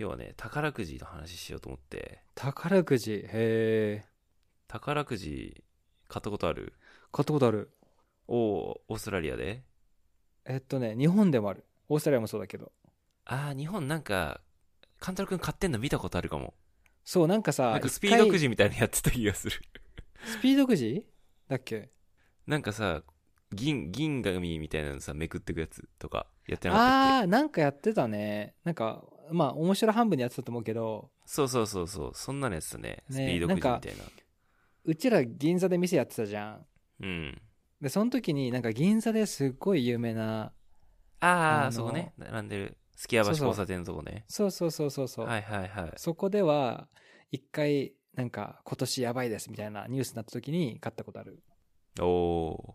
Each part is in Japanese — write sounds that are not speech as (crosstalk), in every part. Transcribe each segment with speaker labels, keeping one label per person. Speaker 1: 今日はね宝くじの話しようと思って
Speaker 2: 宝くじ。へえ。
Speaker 1: 宝くじ買ったことある
Speaker 2: 買ったことある。
Speaker 1: おーオーストラリアで
Speaker 2: えっとね、日本でもある。オーストラリアもそうだけど。
Speaker 1: ああ日本なんか勘太郎くん買ってんの見たことあるかも
Speaker 2: そう、なんかさ、
Speaker 1: なんか
Speaker 2: 一
Speaker 1: スピード
Speaker 2: 回
Speaker 1: く。じみたいなのやってた気がする
Speaker 2: スピードくじだっけ
Speaker 1: なんかさ銀銀紙みたいなのさめくってくやつとかやってなかったっけ
Speaker 2: あー、なんかやってたね。なんか、まあ、面白半分にやってたと思うけど、
Speaker 1: そうそうそうそうそんなのやつだね
Speaker 2: ね
Speaker 1: スピードくじみたいな
Speaker 2: うちら銀座で店やってたじゃん。
Speaker 1: うん
Speaker 2: で、その時になんか銀座ですっごい有名な、
Speaker 1: あ
Speaker 2: あ
Speaker 1: あ
Speaker 2: の
Speaker 1: そこね並んでるすきや橋
Speaker 2: そうそう
Speaker 1: 交差点のとこね
Speaker 2: そうそうそうそうそう。
Speaker 1: はいはいはい
Speaker 2: そこでは、一回、なんか、今年やばいですみたいなニュースになった時に買ったことある。
Speaker 1: おおー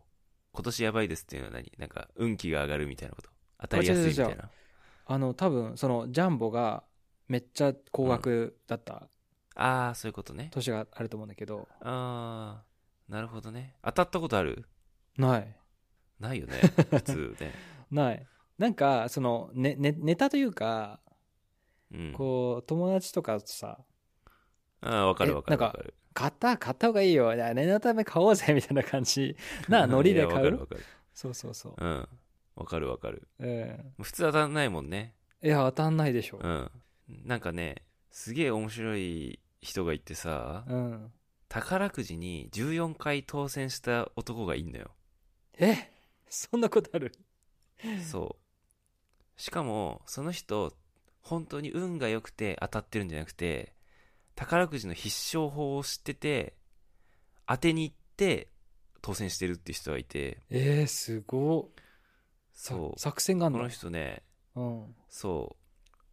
Speaker 1: 今年やばいですっていうのは何なんか運気が上がるみたいなこと当たりやすいみた
Speaker 2: あ違う違
Speaker 1: いう
Speaker 2: 違
Speaker 1: な
Speaker 2: あの、多分、その、ジャンボが、めっちゃ高額だった
Speaker 1: ああそういうことね
Speaker 2: 年があると思うんだけど、
Speaker 1: ああなるほどね当たったことある
Speaker 2: ない。
Speaker 1: ないよね普通ね
Speaker 2: (laughs) ない。なんか、その、ね、ね、ネタというか、
Speaker 1: うん
Speaker 2: こう、友達とかとさ、
Speaker 1: ああ分かる分か
Speaker 2: えな
Speaker 1: る
Speaker 2: ん
Speaker 1: 分
Speaker 2: か
Speaker 1: かる
Speaker 2: 買った、買った方がいいよ。いや念のため買おうぜ、みたいな感じ。なあ、ノリで買
Speaker 1: いやわ
Speaker 2: う。
Speaker 1: かる
Speaker 2: そうそうそう
Speaker 1: わか。るうん分かる分かる
Speaker 2: うん。
Speaker 1: 普通当たんないもんね
Speaker 2: いや、当たんないでしょ
Speaker 1: う。んなんかねすげえ面白い人がいてさ
Speaker 2: うん。
Speaker 1: 宝くじに14回当選した男がいんのよ
Speaker 2: えそんなことある
Speaker 1: そうしかもその人本当に運が良くて当たってるんじゃなくて宝くじの必勝法を知ってて当てに行って当選してるって人がいて
Speaker 2: えー、すごっさ
Speaker 1: そう
Speaker 2: 作戦があ
Speaker 1: こ
Speaker 2: んの
Speaker 1: の人ね
Speaker 2: うん。
Speaker 1: そ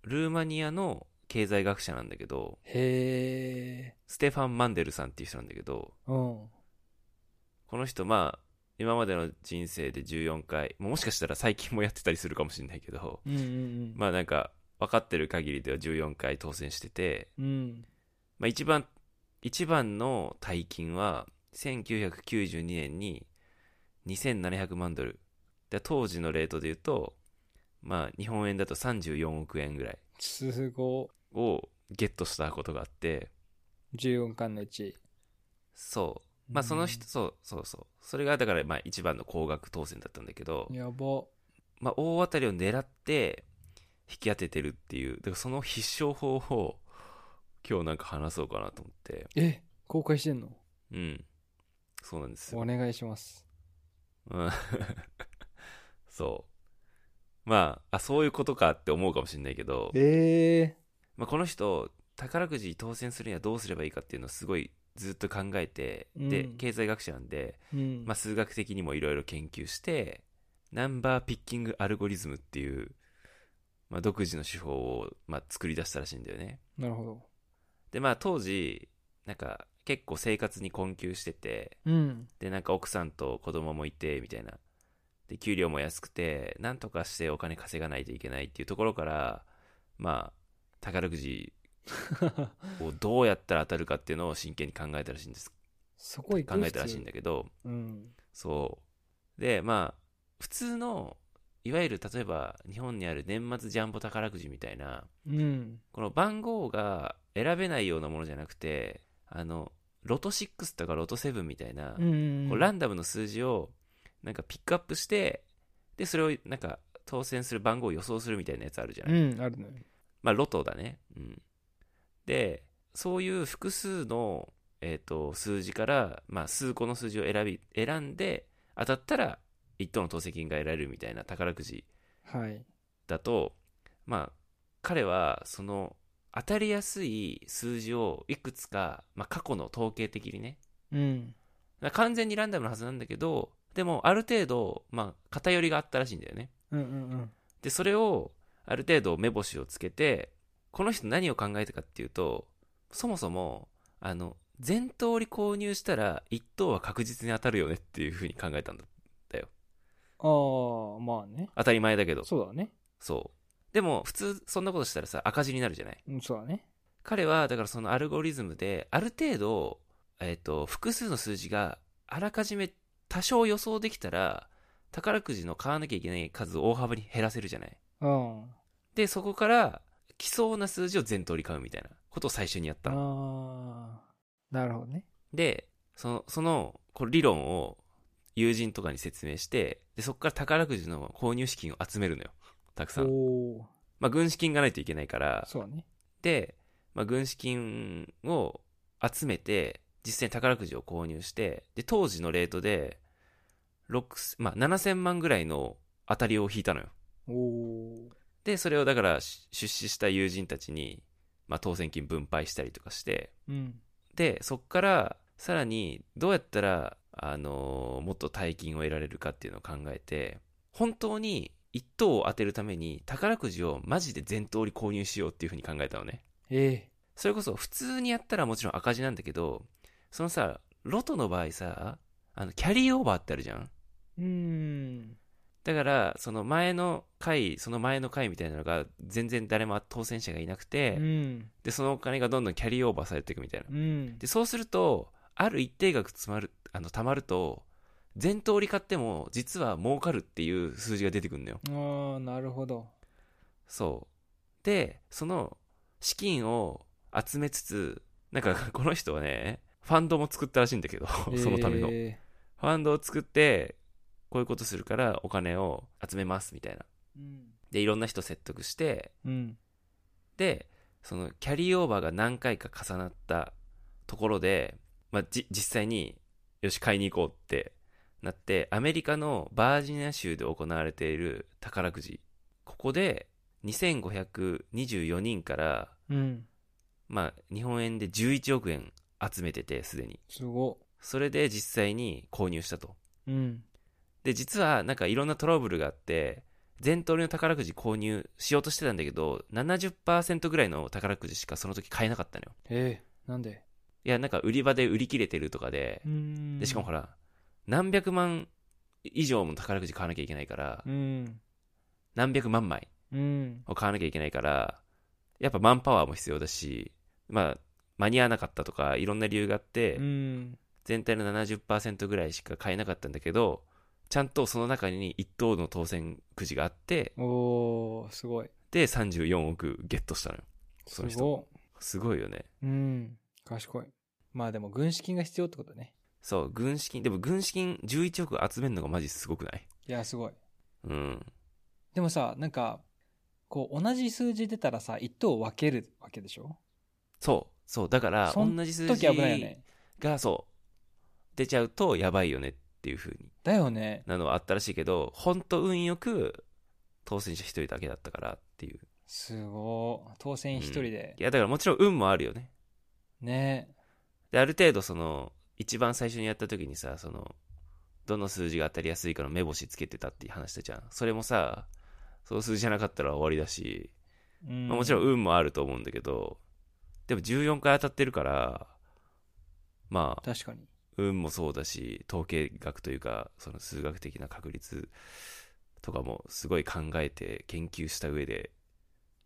Speaker 1: うルーマニアの経済学者なんだけど
Speaker 2: へえ。
Speaker 1: ステファン・マンデルさんっていう人なんだけど
Speaker 2: うん。
Speaker 1: この人まあ今までの人生で14回もしかしたら最近もやってたりするかもしれないけど
Speaker 2: うんうんうん。
Speaker 1: まあなんか分かってる限りでは14回当選してて
Speaker 2: うん。
Speaker 1: まあ、一番一番の大金は1992年に2700万ドルで当時のレートで言うと、まあ、日本円だと34億円ぐらい
Speaker 2: すごっ
Speaker 1: をゲットしたことがあって
Speaker 2: 14巻のうち。
Speaker 1: そうまあその人、そうそうそうそれがだからまあ一番の高額当選だったんだけど
Speaker 2: うん。、やば。
Speaker 1: まあ、大当たりを狙って引き当ててるっていうだからその必勝法を今日なんか話そうかなと思って
Speaker 2: え公開してんの
Speaker 1: うんそうなんですよ
Speaker 2: お願いします。
Speaker 1: うん (laughs) そう。まあ、あ、そういうことかって思うかもしれないけど、
Speaker 2: え
Speaker 1: まあ、この人、宝くじ当選するにはどうすればいいかっていうのをすごいずっと考えて、で
Speaker 2: うん、
Speaker 1: 経済学者なんで、
Speaker 2: え。うん。
Speaker 1: まあ、数学的にもいろいろ研究して、ナンバーピッキングアルゴリズムっていう、まあ、独自の手法を、まあ、作り出したらしいんだよね。
Speaker 2: なるほど。
Speaker 1: で、まあ、当時、なんか、結構生活に困窮してて、
Speaker 2: うん。
Speaker 1: でなんか奥さんと子供もいてみたいなで給料も安くてなんとかしてお金稼がないといけないっていうところからまあ宝くじをどうやったら当たるかっていうのを真剣に考えたらしいんです
Speaker 2: (laughs) そこ
Speaker 1: 考
Speaker 2: 行く
Speaker 1: えたらしいんだけど
Speaker 2: 普通うん。
Speaker 1: そうでまあ普通のいわゆる例えば日本にある年末ジャンボ宝くじみたいな
Speaker 2: うん。
Speaker 1: この番号が選べないようなものじゃなくてあのロト6とかロト7みたいな、
Speaker 2: うん。
Speaker 1: こうランダムの数字をなんかピックアップしてでそれをなんか当選する番号を予想するみたいなやつあるじゃない、
Speaker 2: うん、あるね。
Speaker 1: まあロトだね、うん、でそういう複数の、えー、と数字から、まあ、数個の数字を選び選んで当たったら1等の当選金が得られるみたいな宝くじ
Speaker 2: はい。
Speaker 1: だとまあ彼はその当たりやすい数字をいくつか、まあ、過去の統計的にね
Speaker 2: うん。
Speaker 1: 完全にランダムのはずなんだけどでもある程度、まあ、偏りがあったらしいんだよね
Speaker 2: うんうん
Speaker 1: でそれをある程度目星をつけてこの人何を考えたかっていうとそもそもあの全通り購入したら1等は確実に当たるよねっていうふうに考えたんだ
Speaker 2: うん。ああ、まあね。
Speaker 1: 当たり前だけど
Speaker 2: そうだね。
Speaker 1: そうでも普通そんなことしたらさ赤字になるじゃない
Speaker 2: うん、そうだね。
Speaker 1: 彼はだからそのアルゴリズムである程度、えっと複数の数字があらかじめ多少予想できたら宝くじの買わなきゃいけない数を大幅に減らせるじゃない
Speaker 2: うん。
Speaker 1: でそこから来そうな数字を全通り買うみたいなことを最初にやったの
Speaker 2: ああ。なるほどね。
Speaker 1: でそのそのこう理論を友人とかに説明してでそこから宝くじの購入資金を集めるのよたくさ
Speaker 2: お
Speaker 1: ん、
Speaker 2: お
Speaker 1: まあ、軍資金がないといけないから
Speaker 2: ー。そうね。
Speaker 1: で、まあ、軍資金を集めて実際に宝くじを購入してで当時のレートで、6まあ、7000万ぐらいの当たりを引いたのよ
Speaker 2: おお。
Speaker 1: でそれをだからし出資した友人たちに、まあ、当選金分配したりとかして
Speaker 2: うん。
Speaker 1: でそっからさらにどうやったら、あのーもっと大金を得られるかっていうのを考えて本当に1等を当てるために宝くじをマジで全通り購入しようっていうふうに考えたのね
Speaker 2: え
Speaker 1: それこそ普通にやったらもちろん赤字なんだけどそのさロトの場合さあのキャリーオーバーってあるじゃん
Speaker 2: えうん。
Speaker 1: だからその前の回その前の回みたいなのが全然誰も当選者がいなくて、
Speaker 2: うん。
Speaker 1: でそのお金がどんどんキャリーオーバーされていくみたいな
Speaker 2: うん。
Speaker 1: でそうするとある一定額つまるあの貯まると全通り買っても実は儲かるっていう数字が出てくるのよ
Speaker 2: ああ、なるほど。
Speaker 1: そうでその資金を集めつつなんか (laughs) この人はねファンドも作ったらしいんだけどそのための、
Speaker 2: え
Speaker 1: ファンドを作ってこういうことするからお金を集めますみたいな
Speaker 2: えうん。
Speaker 1: でいろんな人説得して
Speaker 2: うん。
Speaker 1: でそのキャリーオーバーが何回か重なったところで、まあ、じ実際によし買いに行こうってなってアメリカのバージニア州で行われている宝くじここで2524人から、
Speaker 2: うん。
Speaker 1: まあ、日本円で11億円集めててすでに
Speaker 2: すご。
Speaker 1: それで実際に購入したと
Speaker 2: うん。
Speaker 1: で実はなんかいろんなトラブルがあって全通りの宝くじ購入しようとしてたんだけど70%ぐらいの宝くじしかその時買えなかったのよ
Speaker 2: ええなんで
Speaker 1: いや、なんか売り場で売り切れてるとかで、
Speaker 2: ん
Speaker 1: でしかもほ
Speaker 2: ら。
Speaker 1: ら、何百万以上も宝くじ買わなきゃいけないから、
Speaker 2: うん。
Speaker 1: 何百万枚
Speaker 2: うん。
Speaker 1: を買わなきゃいけないから、やっぱマンパワーも必要だし、まあ、間に合わなかったとか、いろんな理由があって、
Speaker 2: うん。
Speaker 1: 全体の70%ぐらいしか買えなかったんだけど、ちゃんとその中に一等の当選くじがあって、
Speaker 2: おー、すごい。
Speaker 1: で、34億ゲットしたのよ。
Speaker 2: す
Speaker 1: その人
Speaker 2: ご
Speaker 1: すごいよね。
Speaker 2: い。うん。賢い。まあでも、軍資金が必要ってことね。
Speaker 1: そう、軍資金、でも軍資金11億集めるのがマジすごくない
Speaker 2: いや、すごい。
Speaker 1: うん。
Speaker 2: でもさ、なんか、こう、同じ数字出たらさ、一等を分けるわけでしょ
Speaker 1: そう、そう、だから、
Speaker 2: そ
Speaker 1: 同
Speaker 2: ん
Speaker 1: じ数
Speaker 2: 時
Speaker 1: 字
Speaker 2: 危ないよね。
Speaker 1: が、そう、出ちゃうとやばいよねっていう風に
Speaker 2: だよね。
Speaker 1: なのはあったらしいけど、本当運よく、当選者一人だけだったからっていう。
Speaker 2: すごい。当選一人で
Speaker 1: い。や、だからもちろん運もあるよね。
Speaker 2: ね
Speaker 1: で、ある程度、その、一番最初にやった時にさ、その、どの数字が当たりやすいかの目星つけてたっていう話したじゃん。それもさ、その数字じゃなかったら終わりだし、
Speaker 2: う
Speaker 1: まあ、もちろん運もあると思うんだけど、でも14回当たってるから、まあ、
Speaker 2: 確かに。
Speaker 1: 運もそうだし統計学というかその数学的な確率とかもすごい考えて研究した上で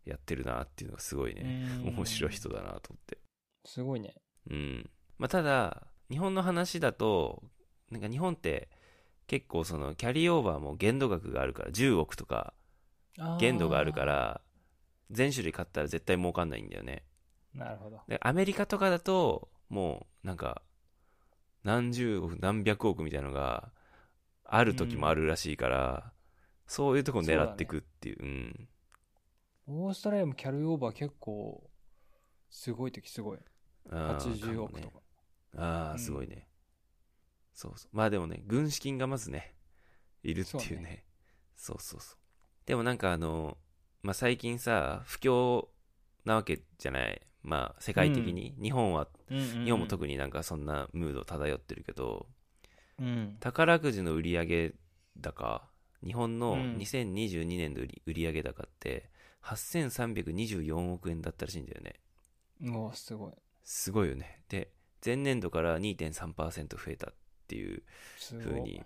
Speaker 1: やってるなっていうのがすごいね、
Speaker 2: 面
Speaker 1: 面白い人。だなと思って
Speaker 2: すごいね。
Speaker 1: うんまあただ日本の話だとなんか日本って結構そのキャリーオーバーも限度額があるから10億とか
Speaker 2: あー
Speaker 1: 限度があるか。ら全種類買ったら絶対儲かんないんだよね
Speaker 2: なるほど。
Speaker 1: でアメリカとかだともうなんか何十億何百億みたいなのがある時もあるらしいから、そういうとこ狙っていくっていうう,、ん
Speaker 2: オーストラリアもキャリーオーバー結構、すごい時すごい。
Speaker 1: あー
Speaker 2: 80億と
Speaker 1: もね
Speaker 2: か。
Speaker 1: あ
Speaker 2: う
Speaker 1: あ
Speaker 2: ん
Speaker 1: すごいね、そうそうまあでもね軍資金がまずねいるっていうね
Speaker 2: そ
Speaker 1: そううそうそうでもなんかあの、まあ、最近さ不況なわけじゃないまあ世界的に、日本は日本も特になんかそんなムード漂ってるけど、
Speaker 2: に。うん。
Speaker 1: 宝くじの売上高日本の
Speaker 2: うん
Speaker 1: 2022年の売り売上高って8324億円だったらしいんだよね
Speaker 2: おー、すごい。
Speaker 1: すごいよねで前年度から2.3%増えたっていう
Speaker 2: す
Speaker 1: 風
Speaker 2: ごい
Speaker 1: に。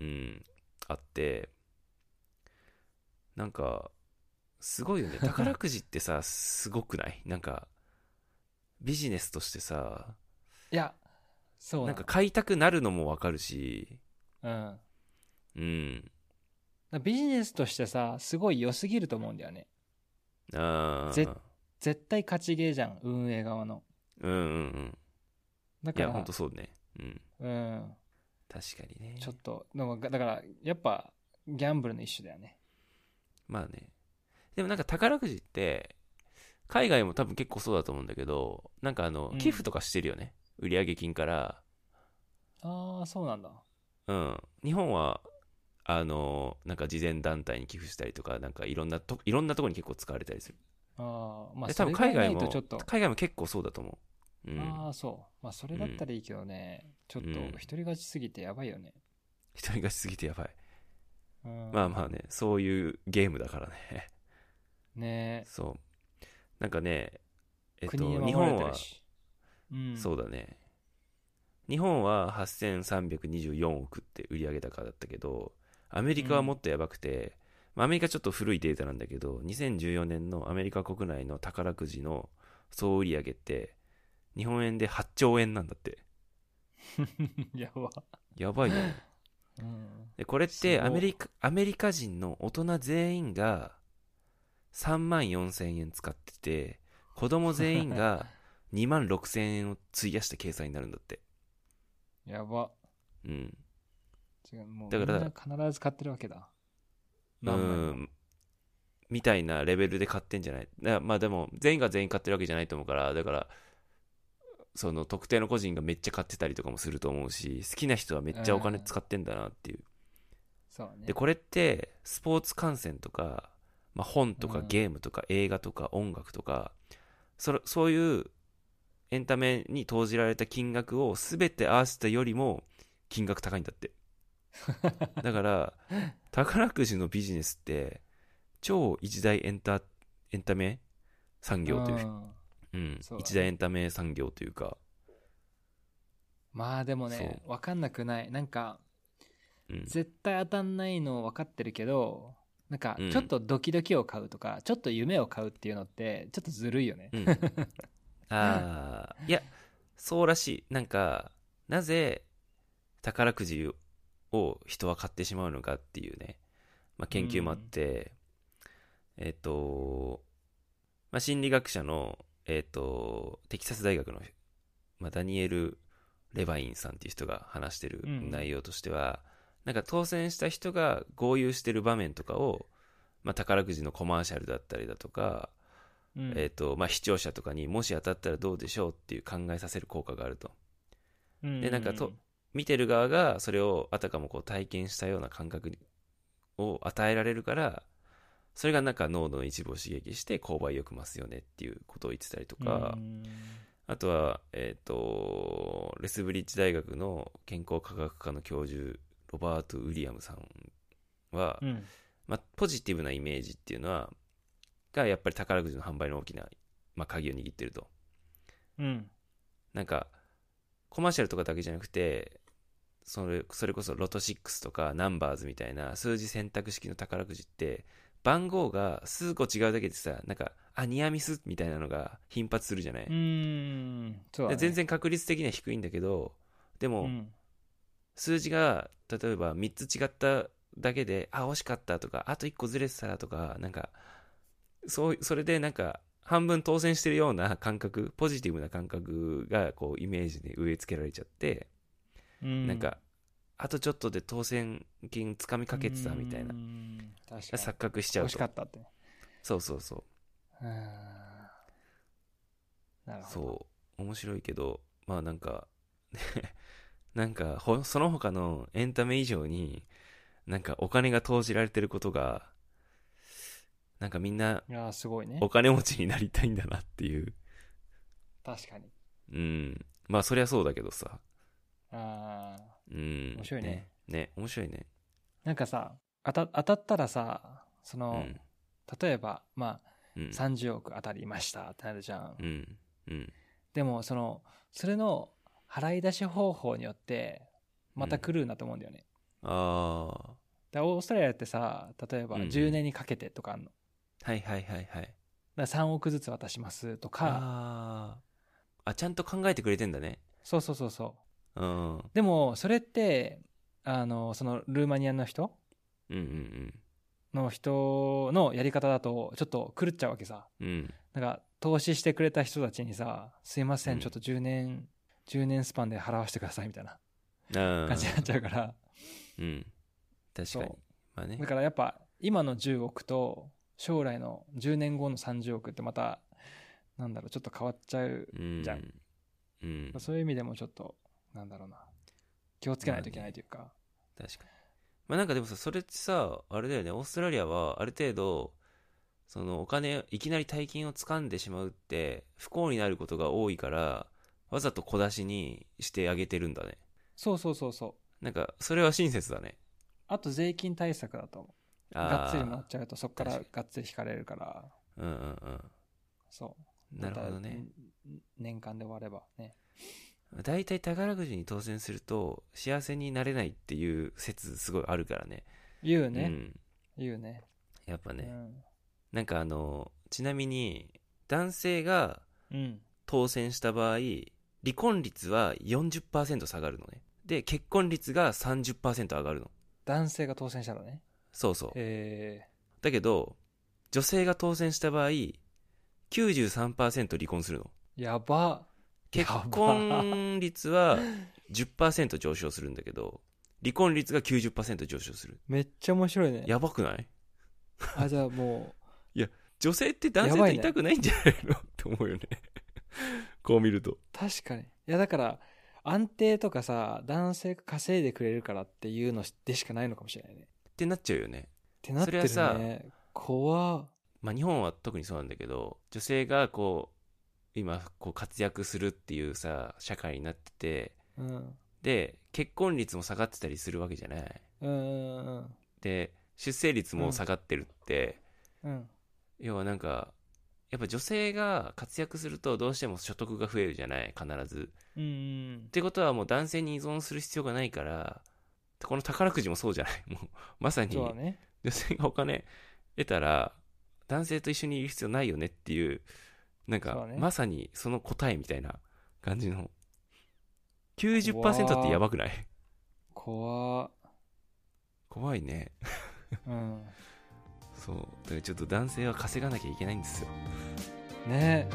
Speaker 1: うんあってなんかすごいよね宝くじってさすごくないなんかビジネスとしてさ
Speaker 2: いや、そう
Speaker 1: なん
Speaker 2: な
Speaker 1: か
Speaker 2: の
Speaker 1: 買いたくなるのもわかるし
Speaker 2: うん。
Speaker 1: うん
Speaker 2: ビジネスとしてさ、すごい良すぎると思うんだよね。
Speaker 1: あ
Speaker 2: ぜ
Speaker 1: ー
Speaker 2: 絶対勝ちゲーじゃん運営側の
Speaker 1: うんうんうん
Speaker 2: だ
Speaker 1: い
Speaker 2: か
Speaker 1: や
Speaker 2: ら
Speaker 1: ほんとそうねうん
Speaker 2: うん
Speaker 1: 確かにね
Speaker 2: ちょっとでもだからやっぱギャンブルの一種だよね
Speaker 1: まあねでもなんか宝くじって海外も多分結構そうだと思うんだけどなんかあの
Speaker 2: うん
Speaker 1: 寄付とかしてるよね、売上金から
Speaker 2: ああそうなんだ
Speaker 1: うん日本はあのなんか慈善団体に寄付したりとかなんかいろんなといろんなところに結構使われたりする、
Speaker 2: ああまあ
Speaker 1: で
Speaker 2: そ
Speaker 1: 多
Speaker 2: れ
Speaker 1: 分
Speaker 2: が
Speaker 1: 海
Speaker 2: な
Speaker 1: 外
Speaker 2: い
Speaker 1: も
Speaker 2: とちょっと
Speaker 1: 海外も結構そうだと思ううん
Speaker 2: ああそうまあそれだったらいいけどね、ちょっと
Speaker 1: うん
Speaker 2: 独り勝ちすぎてやばいよね、
Speaker 1: 一人勝ちすぎてやばい
Speaker 2: うん、
Speaker 1: まあまあねそういうゲームだからね (laughs)
Speaker 2: ね
Speaker 1: そうなんかねえ
Speaker 2: え
Speaker 1: っと
Speaker 2: 国に
Speaker 1: 日
Speaker 2: 守ら
Speaker 1: 本
Speaker 2: れて
Speaker 1: は
Speaker 2: るし、うん、
Speaker 1: そうだね。日本は8324億って売上高だったけど、アメリカはもっとやばくて、まあアメリカちょっと古いデータなんだけど、2014年のアメリカ国内の宝くじの総売上って、日本円で8兆円なんだって。
Speaker 2: (laughs) やば、
Speaker 1: やばいよね。
Speaker 2: うん、
Speaker 1: でこれっ
Speaker 2: す
Speaker 1: て
Speaker 2: ごい
Speaker 1: アメリカ、アメリカ人の大人全員が3万4千円使ってて、子供全員
Speaker 2: (laughs)
Speaker 1: が2万6千円を費やした計算になるんだって。
Speaker 2: やば
Speaker 1: うん。
Speaker 2: 違うもう
Speaker 1: だから
Speaker 2: みんな必ず買ってるわけだ
Speaker 1: う
Speaker 2: 何枚も
Speaker 1: ん、みたいなレベルで買ってんじゃないだまあでも全員が全員買ってるわけじゃないと思うからだからその特定の個人がめっちゃ買ってたりとかもすると思うし好きな人はめっちゃお金使ってんだなっていう、
Speaker 2: そうね
Speaker 1: でこれってスポーツ観戦とか、まあ、本と
Speaker 2: う
Speaker 1: か
Speaker 2: ん
Speaker 1: ゲームとか映画とか音楽とかそれそういうエンタメに投じられた金額を全て合わせたよりも金額高いんだ
Speaker 2: (laughs)
Speaker 1: ってだから宝くじのビジネスって超一大エンタエンタメ産業というう、
Speaker 2: ん
Speaker 1: うん
Speaker 2: そうだね
Speaker 1: 一大エンタメ産業というか、
Speaker 2: まあでもね分かんなくないなんか
Speaker 1: うん、
Speaker 2: 絶対当たんないの分かってるけどなんか
Speaker 1: うん
Speaker 2: ちょっとドキドキを買うとか、ちょっと夢を買うっていうのってちょっとずるいよね、 (laughs)
Speaker 1: うん、ああいやそうらしいなんかなぜ宝くじを人は買ってしまうのかっていうね、まあ、研究もあって、えっ、と、まあ、心理学者の、えっ、と、テキサス大学の、まあ、ダニエル・レバインさんっていう人が話してる
Speaker 2: うん
Speaker 1: 内容としては、なんか当選した人が豪遊してる場面とかを、まあ、宝くじのコマーシャルだったりだとか、
Speaker 2: うん
Speaker 1: えーとまあ、視聴者とかにもし当たったらどうでしょうっていう考えさせる効果があるとでなんかと見てる側がそれをあたかもこう体験したような感覚にを与えられるからそれがなんか脳の一部を刺激して購買欲増すよねっていうことを言ってたりとか、
Speaker 2: うん
Speaker 1: あとは、えー、とレスブリッジ大学の健康科学科の教授ロバート・ウィリアムさんは、
Speaker 2: うん
Speaker 1: まあ、ポジティブなイメージっていうのはがやっぱり宝くじの販売の大きな、まあ、鍵を握ってると。
Speaker 2: うん
Speaker 1: なんかコマーシャルとかだけじゃなくてそれそれこそロト6とかナンバーズみたいな数字選択式の宝くじって番号が数個違うだけでさなんかあニアミスみたいなのが頻発するじゃない、
Speaker 2: うんそうだね
Speaker 1: で全然確率的には低いんだけどでも、
Speaker 2: うん
Speaker 1: 数字が例えば3つ違っただけであ惜しかったとかあと1個ずれてたらとかなんかそうそれでなんか半分当選してるような感覚ポジティブな感覚がこうイメージで植え付けられちゃって、
Speaker 2: うん
Speaker 1: なんかあとちょっとで当選金つかみかけてたみたいな
Speaker 2: うん確かに
Speaker 1: 錯覚しちゃ
Speaker 2: 惜
Speaker 1: う
Speaker 2: し
Speaker 1: と
Speaker 2: かったって
Speaker 1: そうそうそう
Speaker 2: うんなるほど
Speaker 1: そう面白いけどまあなんか (laughs) なんかほその他のエンタメ以上になんかお金が投じられてることがなんかみんない
Speaker 2: やーすごいね
Speaker 1: お金持ちになりたいんだなっていう
Speaker 2: 確かに
Speaker 1: うんまあそりゃそうだけどさ
Speaker 2: あー
Speaker 1: うん
Speaker 2: 面白いね
Speaker 1: ねね面白いね
Speaker 2: なんかさ当た当たったらさそうの、
Speaker 1: ん
Speaker 2: 例えばまあ
Speaker 1: うん
Speaker 2: 30億当たりましたってなるじゃん、
Speaker 1: うんうん
Speaker 2: でもそのそれの払い出し方法によってまた狂うなと思うんだよね、
Speaker 1: ああー
Speaker 2: だからオーストラリアってさ例えば
Speaker 1: うんうん
Speaker 2: 10年にかけてとかあんの、
Speaker 1: はいはいはいはい
Speaker 2: だから3億ずつ渡しますとか
Speaker 1: あーあちゃんと考えてくれてんだね
Speaker 2: そうそうそうそう
Speaker 1: うんうん
Speaker 2: でもそれってあのそのルーマニアの人
Speaker 1: うんうん
Speaker 2: の人のやり方だとちょっと狂っちゃうわけさ
Speaker 1: うん。
Speaker 2: なんか投資してくれた人たちにさ「すいませ
Speaker 1: うん
Speaker 2: んちょっと10年、10年スパンで払わせてください」みたいな
Speaker 1: あ
Speaker 2: 感じになっちゃうから、
Speaker 1: うん。確かに
Speaker 2: そ。
Speaker 1: まあね
Speaker 2: だ。からやっぱ今の10億と将来の10年後の30億ってまたなんだろうちょっと変わっちゃう、
Speaker 1: うん。
Speaker 2: じゃん
Speaker 1: うん。確か
Speaker 2: そういう意味でもちょっとなんだろうな気をつけないといけないというか、
Speaker 1: に。まあなんかでもさ、それってさ、あれだよね、オーストラリアはある程度、そのお金、いきなり大金を掴んでしまうって、不幸になることが多いから、わざと小出しにしてあげてるんだね。
Speaker 2: そうそうそうそう
Speaker 1: なんか、それは親切だね。
Speaker 2: あと税金対策だと思う
Speaker 1: あー
Speaker 2: がっつりもらっちゃうとそこから
Speaker 1: 確
Speaker 2: がっつり引かれるから
Speaker 1: うんうんうん。
Speaker 2: そう
Speaker 1: なるほどね。
Speaker 2: またん年間で終わればね
Speaker 1: 大体宝くじに当選すると幸せになれないっていう説すごいあるからね
Speaker 2: 言う
Speaker 1: う
Speaker 2: ね、
Speaker 1: ん、
Speaker 2: 言うね
Speaker 1: やっぱね、
Speaker 2: うん
Speaker 1: なんかあのちなみに男性が
Speaker 2: うん
Speaker 1: 当選した場合離婚率は40%下がるのねで結婚率が30%上がるの
Speaker 2: 男性が当選したらね
Speaker 1: そうそう
Speaker 2: え
Speaker 1: だけど女性が当選した場合93%離婚するの
Speaker 2: ー、やば
Speaker 1: 結婚率は10%上昇するんだけど離婚率が90%上昇する
Speaker 2: めっちゃ面白いね
Speaker 1: やばくない
Speaker 2: あじゃあもう
Speaker 1: 女性って男性と痛くないんじゃないのって思うよねこう見ると
Speaker 2: 確かにいやだから安定とかさ男性が稼いでくれるからっていうのでしかないのかもしれないねっ
Speaker 1: ってなっちゃうよね
Speaker 2: てなってる
Speaker 1: それは
Speaker 2: ね怖っ
Speaker 1: まあ日本は特にそうなんだけど女性がこう今こう活躍するっていうさ社会になってて
Speaker 2: うん
Speaker 1: で結婚率も下がってたりするわけじゃない
Speaker 2: うんうんうん
Speaker 1: で出生率も下がってるって、
Speaker 2: うん
Speaker 1: 要はなんかやっぱ女性が活躍するとどうしても所得が増えるじゃない必ず
Speaker 2: うんうん
Speaker 1: ってことはもう男性に依存する必要がないからこの宝くじもそうじゃないもうまさに
Speaker 2: そうだね
Speaker 1: 女性がお金得たら男性と一緒にいる必要ないよねっていうなん
Speaker 2: そう
Speaker 1: か
Speaker 2: だね
Speaker 1: まさにその答えみたいな感じの90%ってやばくない
Speaker 2: 怖っ
Speaker 1: 怖いね
Speaker 2: うん
Speaker 1: そうだからちょっと男性は稼がなきゃいけないんですよ
Speaker 2: ね